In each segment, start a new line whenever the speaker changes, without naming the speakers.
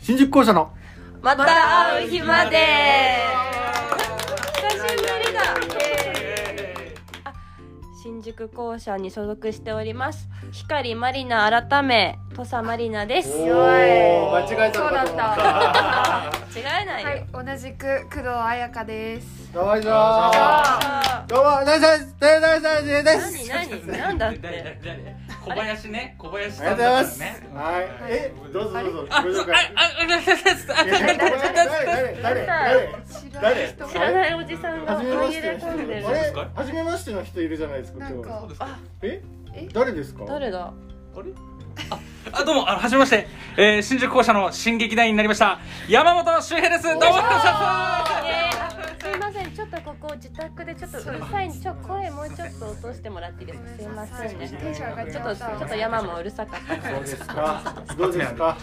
新宿校舎の
また会う日まで久しぶりだあ新宿校舎に所属しております光まりな改め土佐まりなです
おー
違
間違えたのかと思った
そうだっ
えない
た
よ、
はい同じく工藤彩香です
どうもいします
あ
どうも大丈夫です大丈夫です大丈夫です
何何なんだっ
誰 誰
て
誰小林ね小林
あり
さ
がとうんござい
だ
ま
から
す。
ね
はい。え、どうぞどうぞ。ご紹
あ
介。
あありがとうございますあ
え誰誰誰誰
知ら
誰
人
知らないおじさんが
初めまして
紛れ込んでる
あれ初めましての人いるじゃないですか
な
今
ん
日
か
あ
え
え
誰ですか
誰だ
あれああどうもあの初めまして、えー、新宿校舎の新劇団員になりました山本周平ですどうもよろしくお願いします
すいませんちょっとここ自宅でちょっとうるさいんでちょっと声もうちょっと落としてもらっていいですかすいませんね
テンション上がっ
ち
ち
ょっ
ゃ
と
っ
ち
た
ょっと山もうるさかったから
そうですかどうですか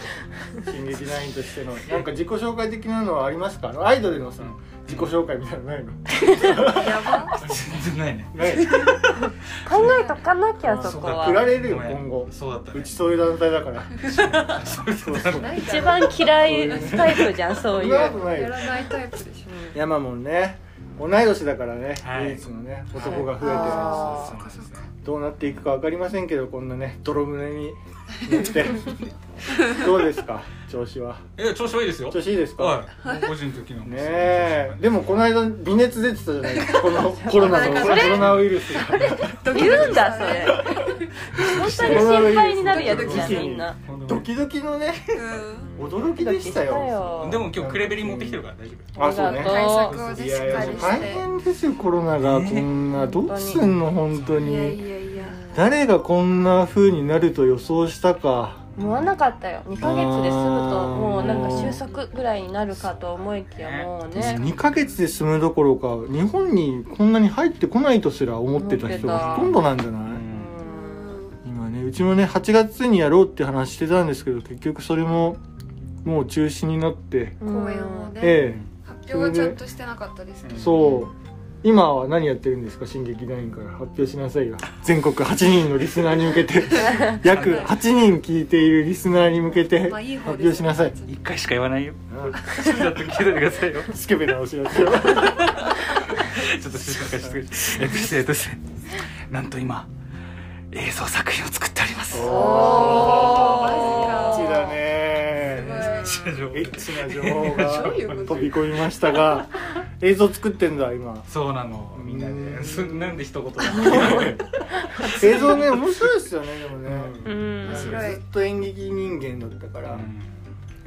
進撃ラインとしてのなんか自己紹介的なのはありますかあのアイドルのさ自己紹介みたいなのないの
やば
全然ないね
ない
考えとかなきゃそこ
振ら
は
れるよ今後
そうだった
う
ね
ちそういう団体だから
そうそう
そうそう
ない
一番嫌いタイプじゃんそうい
んな
う
ことない
や
よ
らないタイプでしょ
山もんね同い年だからね
はい
唯一のね男が増えて
あ
そうそうそう
どうなっていくかわかりませんけどこんなね泥胸に乗って どうですか調子はい
や調子はいいですよ
調子いいですか、
はい個人的な
ねえでもこの間微熱出てたじゃない ですかこのコロナのコロナウイルスが
言うんだそれ本当に心配になるやつじゃんみんな
ドキドキのね
うん
驚きでしたよ
でも今日クレベリン持ってきてるから大丈夫
あそうね
あ
対策をね
い
し
やい
っかり
や
し
大
て
変ですよコロナがこんなどうすんの本当
いや
に
いやいや
誰がこんな風になると予想したか
思わなかったよ2ヶ月で済むともうなんか収束ぐらいになるかと思いきやもうね
2ヶ月で済むどころか日本にこんなに入ってこないとすら思ってた人がほとんどなんじゃない、
うん
今ねうちもね8月にやろうって話してたんですけど結局それももう中止になって、
公演をね
え
発表はちゃんとしてなかったです
え
ね
そう今は何やってるんですか新劇団員から発表しなさいよ全国8人のリスナーに向け て約8人聞いているリスナーに向けて
まあいい
発
方
表
です
しなさい
一回しか言わないよ ちょっと聞いててくださいよ
スケベなお知らせを
ちょっと静かにしてくれえっとしてえっとしてなんと今映像作品を作っております
お
おーマジか
エッチだねエッチな情報が
どういうこと
飛び込みましたが 映像作ってんだ今
そうなのみんな
う
で
ん
そなんで一言だ
映像ね面白いですよねでもね、
うん
面白い
ずっと演劇人間だったから、
うん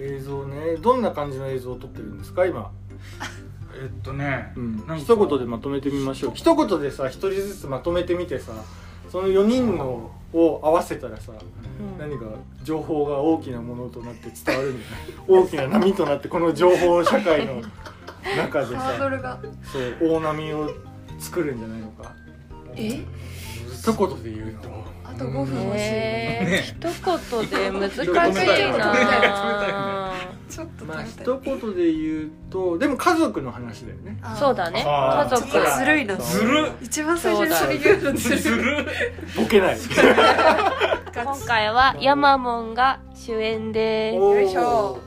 映像ねどんな感じの映像を撮ってるんですか今、
えっとねなんか
一言でまとめてみましょう一言でさ一人ずつまとめてみてさその4人のを合わせたらさ何か情報が大きなものとなって伝わるんじゃない 大きな波となってこの情報社会の中で
ハード
さ
ルが
そう大波を作るんじゃないのか
え
一言で言うと
あと5分欲しい
えー一言で難 しい
止めたいよね
な
ちょっと
まあ
食べたい
一言で言うとでも家族の話だよね
あー
そうだね
あ
家
ー
族
ちょっとずるいな
ずるっ
一番最初にそれ言うのず
ず
るい
る
ボケ ない
今回はヤマモンが主演で
おー
よいしょ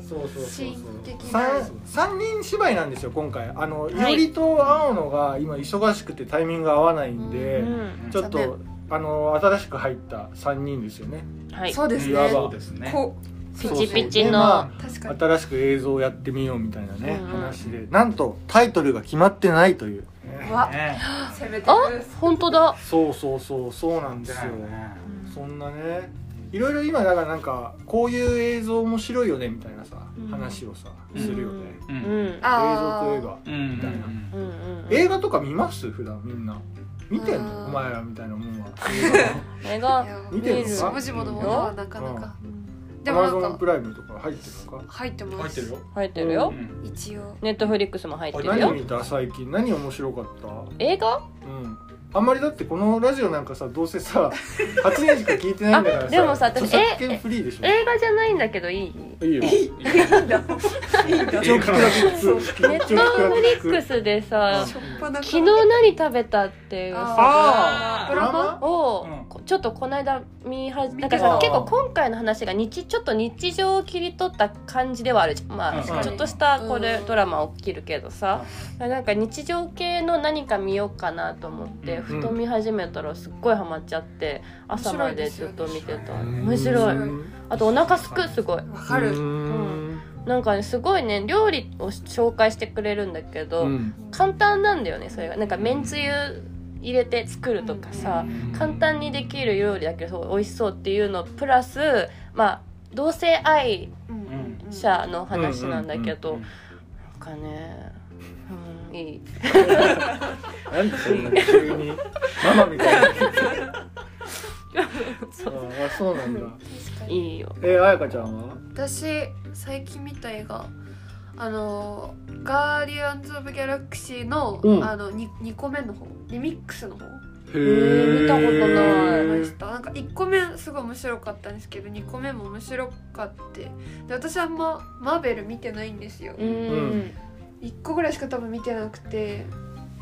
そうそうそう
新劇
そ
団
う三人芝居なんですよ今回あの、い、よりと青野が今忙しくてタイミングが合わないんで、
うん
ちょっ
残
とあの新しく入った三人ですよね
はい
そうです
いわ
ね
ば
そうですね
こ
ピチピチ
そうそうで
の
ま
う確
あ
かに
新しく映像をやってみようみたいなね、
うん
話でなんとタイトルが決まってないという
わ
ね
攻めて
あ
る
本当だ
そうそうそうそうなんですよそんなねいろいろ今だからなんかこういう映像面白いよねみたいなさ、
うん
話をさ
うん
するよね、
う
うんん
あー
映像と映画
うんうん
たいな
うんうん
映画とか見ます普段みんな見てん
う
の
ん
お前らみたいなもんは
映画
いや
見てる
見
の
る
し
か
もじものものはなかなかでも
ア
な
マゾン
ん
プ
か
ライムとか入ってるのか
入ってま
入って
す
るよ
入ってるよ
うん
一応
ネットフリックスも入ってる
何
よ
見た最近何面白かった
映画
うんあんまりだってこのラジオなんかさどうせ さ8年しか聞いてないんだからさ
あでもさ私
著作権フリーでしょ
映画じゃないんだけどいい
いいよ一応聞くだけ聞く
ネットフリックスでさ
しょっぱな
昨日何食べたっていう
あ
さ
ー
ああ
ドラマ
を
うん
こちょっとこの間見はじ
見
な
て
ん
た
かさ結構今回の話が日ちょっと日常を切り取った感じではあるじゃんま
うん
あちょっとしたこれ
うん
ドラマ起きるけどさなんか日常系の何か見ようかなと思って
うん
ふと見始めたらすっごいハマっちゃって朝までずっと見てた
面
面
白
白
い
い
ですよね
あとお腹すくすごい
わか
ある
る
なんかねすごいね料理を紹介してくれるんだけど、
うん
簡単なんだよねそれがなんかめんつゆ入れて作るとかさ、簡単にできる料理だけどそう美味しそうっていうのプラスまあ同性愛
うん
者の話なんだけど、
うんうん
なんかねうんいい
なんでそんな急 にママみたいなああそうなんだ
確かに
いいよ
えあやかちゃんは
私最近見た映画あのーガーディアンズ・オブ・ギャラクシーの、
うん
あの 2, 二個目の方リミックスの方
へ
ー見たことな
見ましたなんか1個目すごい面白かったんですけど2個目も面白かってで私あんまマーベル見てないんですよ、
うん、
ん
1個ぐらいしか多分見てなくて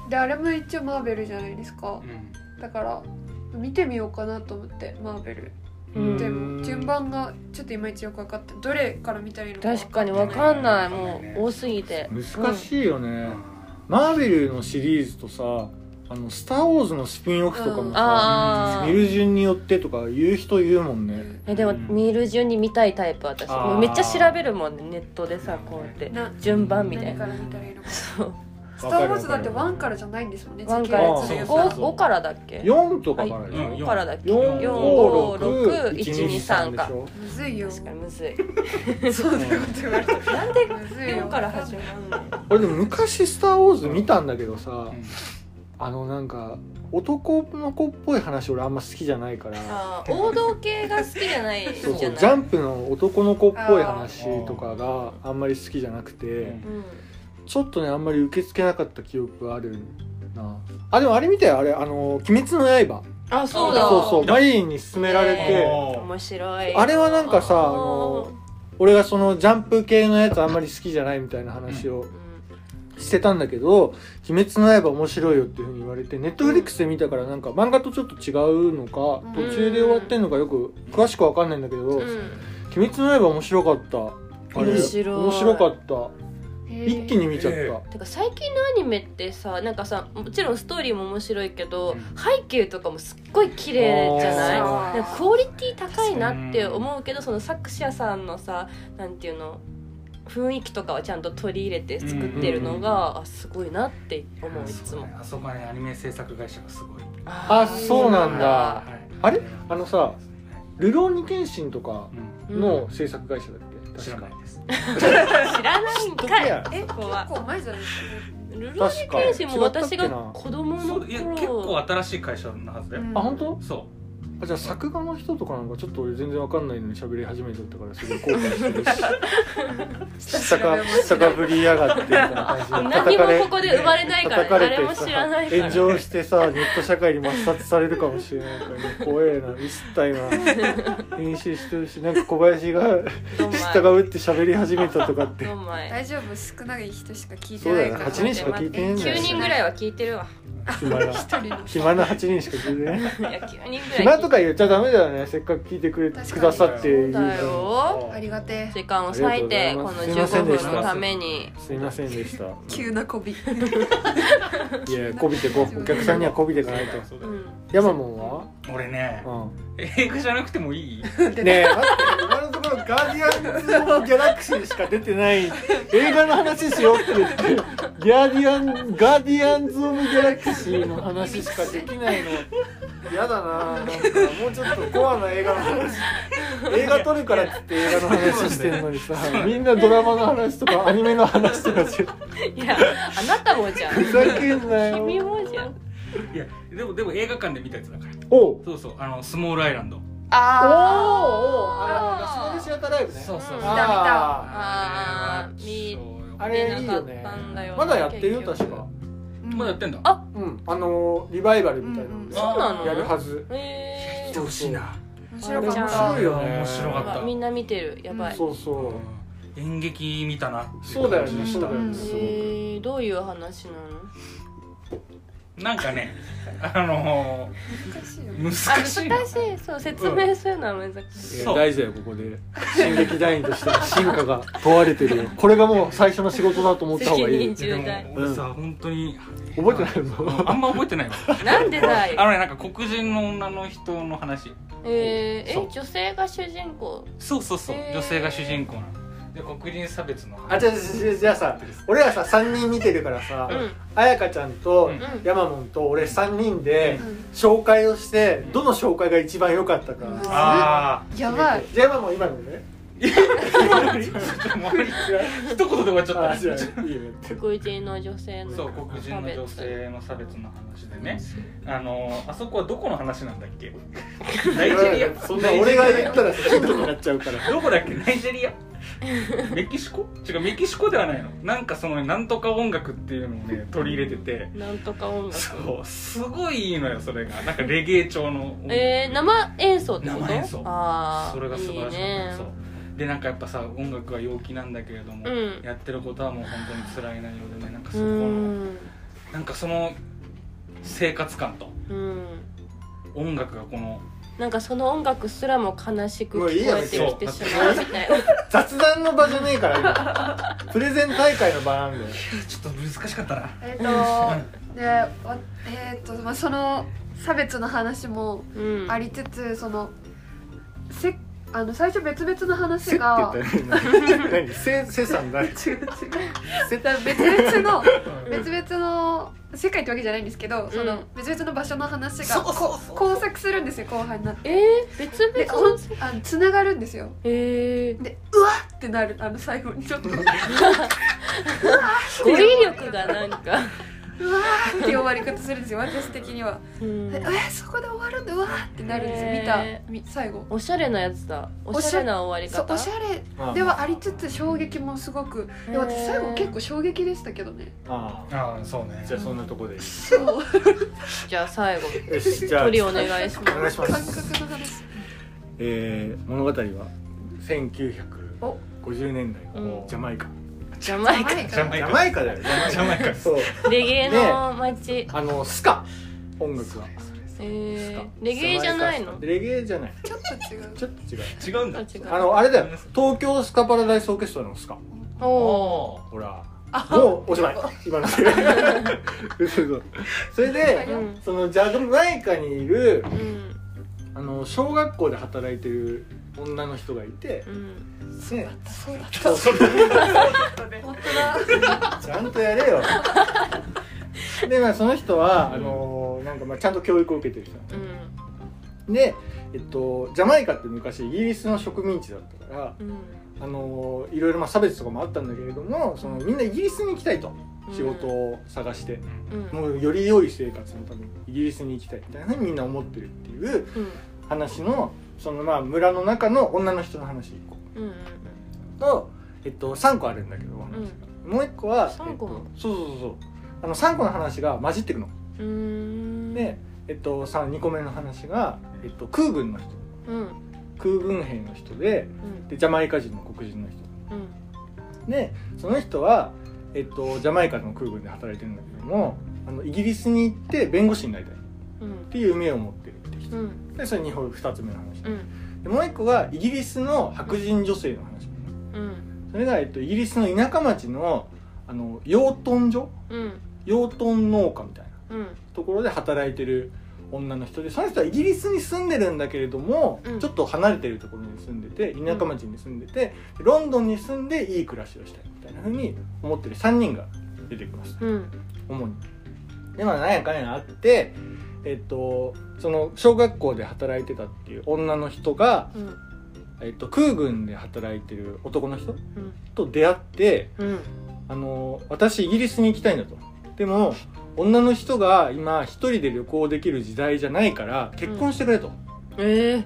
であれも一応マーベルじゃないですか
うん
だから見てみようかなと思ってマーベル
うん
でも順番がちょっといまいちよく分かってどれから見たらいいのか
確かに
分
わ
んない
かんないもう多すぎて
難しいよね、マーベルのシリーズとさ「あのスター・ウォーズ」のスピンオフとかもさ、
ああ
見る順によってとか言う人言うもんね
えでも見る順に見たいタイプ私
あー
もうめっちゃ調べるもんねネットでさこうやって
な
順番みたい
何か
な
ら見たらいいのか
そう
スター・ウォーズだってワンからじゃないんですもんね
1か
あ
ら
ー
次
そうそうそう
5からだっけ
4とかからでし
は
ょ
いうん
5からだっけ
四
456123か
ょ
むずいよ
確かにむずい
そうだよって言われた
なんで
むずいよ
4から始まるの
俺でも昔「スター・ウォーズ」見たんだけどさ、
うん
あのなんか男の子っぽい話俺あんま好きじゃないから
あー王道系が好きじゃないんじゃ
そう
ない
そうジャンプの男の子っぽい話とかがあんまり好きじゃなくて
うん
うん
ちょっとねあんまり受け付けなかった記憶があるなあでもあれ見たよあれ「あの鬼滅の刃」
あそうだ
そうそう
見た
マリーに勧められ
ね
て
おー
面白い
あれはなんかさあ
ー
の俺がそのジャンプ系のやつあんまり好きじゃないみたいな話を
うん
してたんだけど「鬼滅の刃面白いよ」っていうふうに言われてネットフリックスで見たからなんか漫画とちょっと違うのか
うん
途中で終わってんのかよく詳しくわかんないんだけど「
うん
鬼滅の刃」面白かったあれ
面白い
面白かった一
一
気に見ちゃった、
えー
てか最近のアニメってさなんかさもちろんストーリーも面白いけど、
うん
背景とかもすっごい綺麗じゃない
あ
ー
なんかクオリティ高いなって思うけどその作者さんのさなんていうの雰囲気とかはちゃんと取り入れて作ってるのが、あすごいなって思ういつも
あそこはねアニメ制作会社がすごい
あそうなんだ
はい
あれあのさ「ルローニケンシン」とか
うん
うん
の制作会社だっけ
知ら
確か
ないです
知らない
ど
ん
こ
かい
や
え結
こは
構前じゃないです
ルローニケンシンも私が
確か
子供の
そういや結構
頃
新しい会社のはずだ
か
よ、
ね
あ本当
そ
あじゃあ作画の人とかなんかちょっと俺全然わかんないのに喋り始めちゃったからすごい後悔してるし 知ったか知ったかぶりやがってみたいな感じで
何もここで生まれないから
叩かれて
誰も知らないから
炎上してさネット社会に抹殺されるかもしれないから、ね、怖えなミスった今編集してるしなんか小林が
どんまい
下が打って喋り始めたとかって
どんまい
大丈夫少ない人しか聞い
そ
て
う
な
だ
い
よ
から
8人しか聞いてないんだ
9
よ
人ぐらいは聞いてるわ
暇な
一人の
暇な8人しか 聞いてない
いや9人ぐらい聞いて
暇とか言っちゃダメだよねせっかく聞いてくれ
確かに
くださっている
そうだよ
ありがてえ
時間を割い
あ
て
りが
こと
う
の
ございます
15分のために
すいませんでした
急なこび
いやこびてこお客さんにはこびていかないと
そうだ
う
よ
ん
山門は
俺ね
う
映画じゃなくてもいい
んねえ待って今のところガーディアンズ・オブ・ギャラクシーしか出てない映画の話しようって言ってガーディアンガーディアンズ・オブ・ギャラクシーの話しかできないの嫌だななんかもうちょっとコアな映画の話映画撮るからっつって映画の話してんのにさみんなドラマの話とかアニメの話とかして
いやあなたもじゃん
ふざけんな
君
よ
もじゃん
いやでもでも映画館で見たやつだから
おう
そうそうあのスモールアイランド
おーおあのラスベガ
ー
スシアターライブね
そうそう
見
そ
た
う
見
あー
あー
れは超よか
あ
っ
れいいよね
見なかったんだよ
まだやってるよ
結
確
局
か
たまだやってんだ
あ
うんあのーリバイバルみたいなので
うん
うん
そうなの
やるはず
へ
見
ー
てほしいな
面白
面
かっ
白
た
いよね
面白か
や
っ
ばいみんな見てるやばい
そうそう
うん演劇見たなってい
そうだよ
感じ
ね
でし
そ
た
うだよね
うん
すごく
えーどういう話なの
なんかねあの
難しいよ
ー、難
あ
しいな
難しいそう説明するのは難しい、
そう
大事だよここで進撃団員としての進化が問われてるよこれがもう最初の仕事だと思った方
責
がいい
任
覚
重大
でも俺さ本当に
えてないの
あんま覚えてないわ
なんでだい
あのねなんか黒人の女の人の話
えー、
そう
え女性が主人公
そうそうそう
へー
女性が主人公なので黒人差別の
あ
話
じゃあじゃあじゃあさ俺らさ3人見てるからさ
うんうん
彩香ちゃんと
うん
ヤマモンと俺3人で
うん
紹介をしてどの紹介が一番良かったか
うん
じゃ
あ
やばい
あヤマモン今のね
あもう一言で終わっちゃ
あ
っ
じゃ
た
あいいよって
黒人の女性の
そう黒人の女性の差別の話でねあのあそこはどこの話なんだっ けナイジェリア
そんな俺が言った
ら
らヒントになっちゃうから
どこだっけナイジェリアメキシコ違うメキシコではないのなんかそのなんとか音楽っていうのをね取り入れてて
なんとか音楽
そうすごいいいのよそれがなんかレゲエ調の音楽
えー、生演奏ってこと
生演奏
あー
それが素晴らしかった
いいね
そうでなんかやっぱさ音楽は陽気なんだけれども、
うん
やってることはもう本当に辛い内容でねなんかそうこの
ん
なんかその生活感と
うん
音楽がこの
なんかその音楽すらも悲しく
もういい
聞
よ
こえてきてしまうみたいな
雑談の場じゃねえから今プレゼン大会の場なんだよ
ちょっと難しかったな
えっ、とでわえっ、と、まあ、その差別の話も
うん
ありつつそのせあの最初別々の
せ
話
って
が
言ったよね何せせさんだ
違う違う
せ
だから別々の別々の世界ってわけじゃないんですけど、そうの
ん
別々の場所の話がこ交錯するんですよ後半になって
えー、別
で
々の
ほんあの繋がるんですよ
えー、
でうわっってなるあの最後にちょっとうわ
語彙力がなんか、
ーって終わり方するんですよ私的には
うん
で えそこで終わるんだうわーってなるんですよ見た
へー
み最後
おしゃれなやつだおしゃれな終わり
そう
方
おしゃれではありつつ衝撃もすごくで私最後結構衝撃でしたけどね
ああ
ああそうね
じゃあそんなとこで
そう
じゃあ最後
よしじゃあ
トリお願いし
お
ま
願い
す
しま
感覚
す
の話
えー、物語は
お
1950年代
うん
ジャマイカ
ジャマイ
前
カ
ジ
から
ャマイカだよジ
ジャマイカ
そう
レゲエの街、
あのスカ音楽はス
え
カ
ー、レゲエじゃないの
レゲエじゃない
ちょっと違う
ちょっと違う
違うん
あ
だ
違う
あのあれだよ東京スカパラダイスオーケストラのスカ
おお
おー
ほらもうおしまい今 の嘘嘘それで
うん
そのジャマイカにいる
うん
あの小学校で働いてる女の人がいて
う、ん
ね、
そうだっ
そうそう
たね本当
ちゃんとやれよで、まあ、その人はあのーなんかまあちゃんと教育を受けてる人な
うん
ので、えっと、ジャマイカって昔イギリスの植民地だったから、
うん
あのーいろいろまあ差別とかもあったんだけれどもそのみんなイギリスに行きたいと仕事を探して、
うん
もうより良い生活のためにイギリスに行きたいみたいなふうにみんな思ってるっていう
うん
話のそのまあ村の中の女の人の話
うんうん
と、えっと、3個あるんだけど、
うん
もう一個は
三個も
えっとそうそうそうそうあの3個の話が混じってくの。
うーん
で、えっと、さ2個目の話が、えっと、空軍の人
うんうん
空軍兵の人ででジャマイカ人の黒人の人
うん
でその人は、えっと、ジャマイカの空軍で働いてるんだけどもあのイギリスに行って弁護士になりたいっ
うん
ていう夢を持ってるって人
うん
でそれ2本2つ目の話
う
で
ん
もう一個がイギリスの白人女性の話
うん
それが、えっと、イギリスの田舎町のあの養豚場
うん
養豚農家みたいな
うん
ところで働いてる女の人でその人はイギリスに住んでるんだけれども、
うん
ちょっと離れてるところに住んでて田舎町に住んでてロンドンに住んでいい暮らしをしたいみたいなふうに思ってる3人が出てきます
うん
主に。でまあなんやかんやあってえっとその小学校で働いてたっていう女の人が、
うん
えっと、空軍で働いてる男の人
うん
と出会って
うん
あの私イギリスに行きたいんだとでも女の人が今一人で旅行できる時代じゃないから結婚してくれと、
えー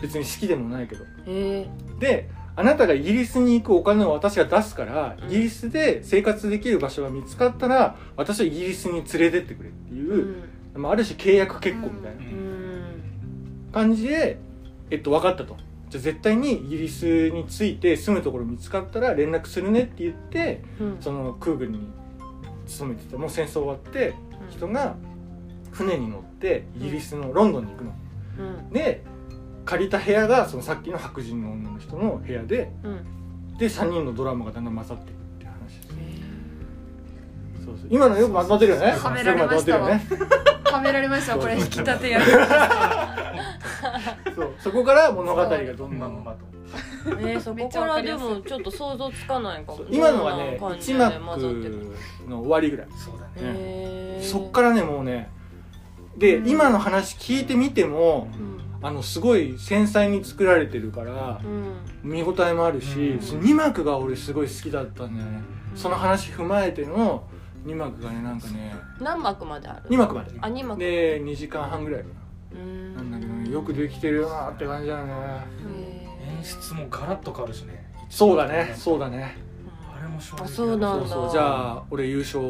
別に好きでもないけど
え
であなたがイギリスに行くお金を私が出すから
うん
イギリスで生活できる場所が見つかったら私をイギリスに連れてってくれって
ー
いう、まあ、ある種契約結婚みたいな
うん
うん
感じで、えっと分かったとじゃあ絶対にイギリスに着いて住むところ見つかったら連絡するねって言って
うん
その空軍に勤めてたもう戦争終わって人が船に乗ってイギリスのロンドンに行くの。
うん
で借りた部屋がそのさっきの白人の女の人の部屋で
うん
で3人のドラマがだんだん混ざっていくって話ですそうそう今のよくまとまってるよね
はめられました
そう
わ
いうのまとまってるよね
はめられましたこれ引き立てやる
そうそこから物語がどんどんまと
ねそこからでもちょっと想像つかないかも
そう今のはね
どんな感じ
一
で
幕
混ざってる
の終わりぐらい
そうだね
へー
そっからねもうねで、
うん
今の話聞いてみても
うん
あのすごい繊細に作られてるから
うん
見応えもあるし、
うん
その2幕が俺すごい好きだったんだよねその話踏まえての2幕がねなんかね
何幕まである
2幕まで
あ二幕
で2時間半ぐらいか
う
ななんんだけどねよくできてるよなって感じだよね
演出もガラッと変わるしね
そうだねそうだね
あれも衝撃だ
あそうなん
そ
だ
うそうじゃあ俺優勝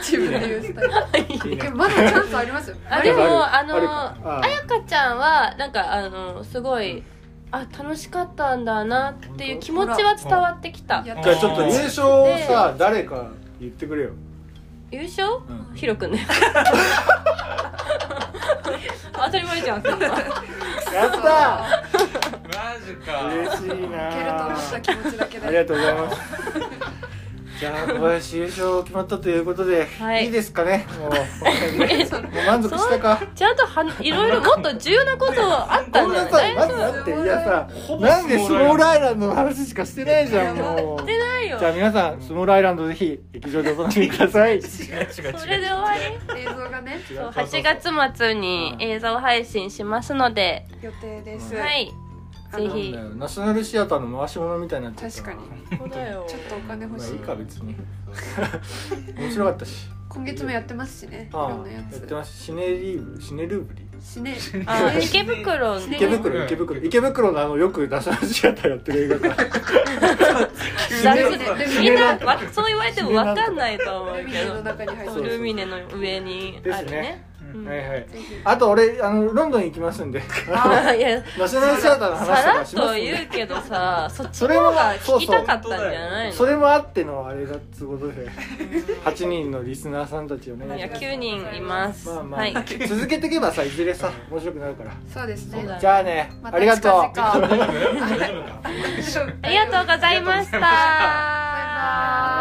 自分で言うスタイル
いい
いや
ね
まだチャン スありますよ
あでもあの
あ
赤ちゃんはなんかあのすごいあ楽しかったんだなっていう気持ちは伝わってきた
や
じゃあちょっと優勝をさ誰か言ってくれよ、
優勝
うん
ひろく んね当たり前じゃんそんな
やった
マジか
嬉しいな
けると思った気持ちだけ
ありが
で
とうございますじゃあ小林優勝決まったということで、
はい
いですかねもうもう満足したか
ちゃんとはいろいろもっと重要なことあった
ご
ん
めん
だ
なさ
よ
い
大
待
丈
って待っ
夫
ていやさ
ほぼ
なんでスモール
イ
アイランドの話しかしてないじゃん
いや
もう
してないよ
じゃあ皆さんスモールアイランドぜひ劇場でお楽しみください
違う違う違う
それで終わり
映像がね
そう8月末に映像配信しますので、
予定です
はい、
あ
ぜ
の
ひ。
ナショナルシアターの回し物みたいになっちゃった
確
な
かに
そうだよ
ちょっとお金欲
まあ
し
いい
い
か別に 面白かったし
今月もやってますしねいろ
あ
ん
あ
な
や
や
って
つ
ますシネリーブシネルーブリ
しね
あ
ね
池袋ね
池袋池袋池袋のあのよくナショナルシアターやってる映画館
だいぶね
ルミネ
みんな わそう言われても分かんないと思
ル
う
ミ
け
ネの
ど
中に入って
そう
る
ルミネの上にあるね
ですね
う ん
はいはい
ぜひ
あと俺あのロンドン行きますん で
あいや
ナショナルシアターの
さ
話と
ら
か
っ
しま
と
すんで
言うけどさそっち
そ
の
れ
方
は
が
そ
聞
う
き
そう
たかったんじゃない
そ
の
れもあってのあれだっつうことで8人のリスナーさんたちをね
いや9人います、
まあまあ、
はい
続けていけばさいずれさ面白くなるから
そうです
そうだ
ね
ね
じゃあね、
また
ありがとう
近々
大丈夫か
ありがとうございました
ありがとうございまし
バ
た
イバイ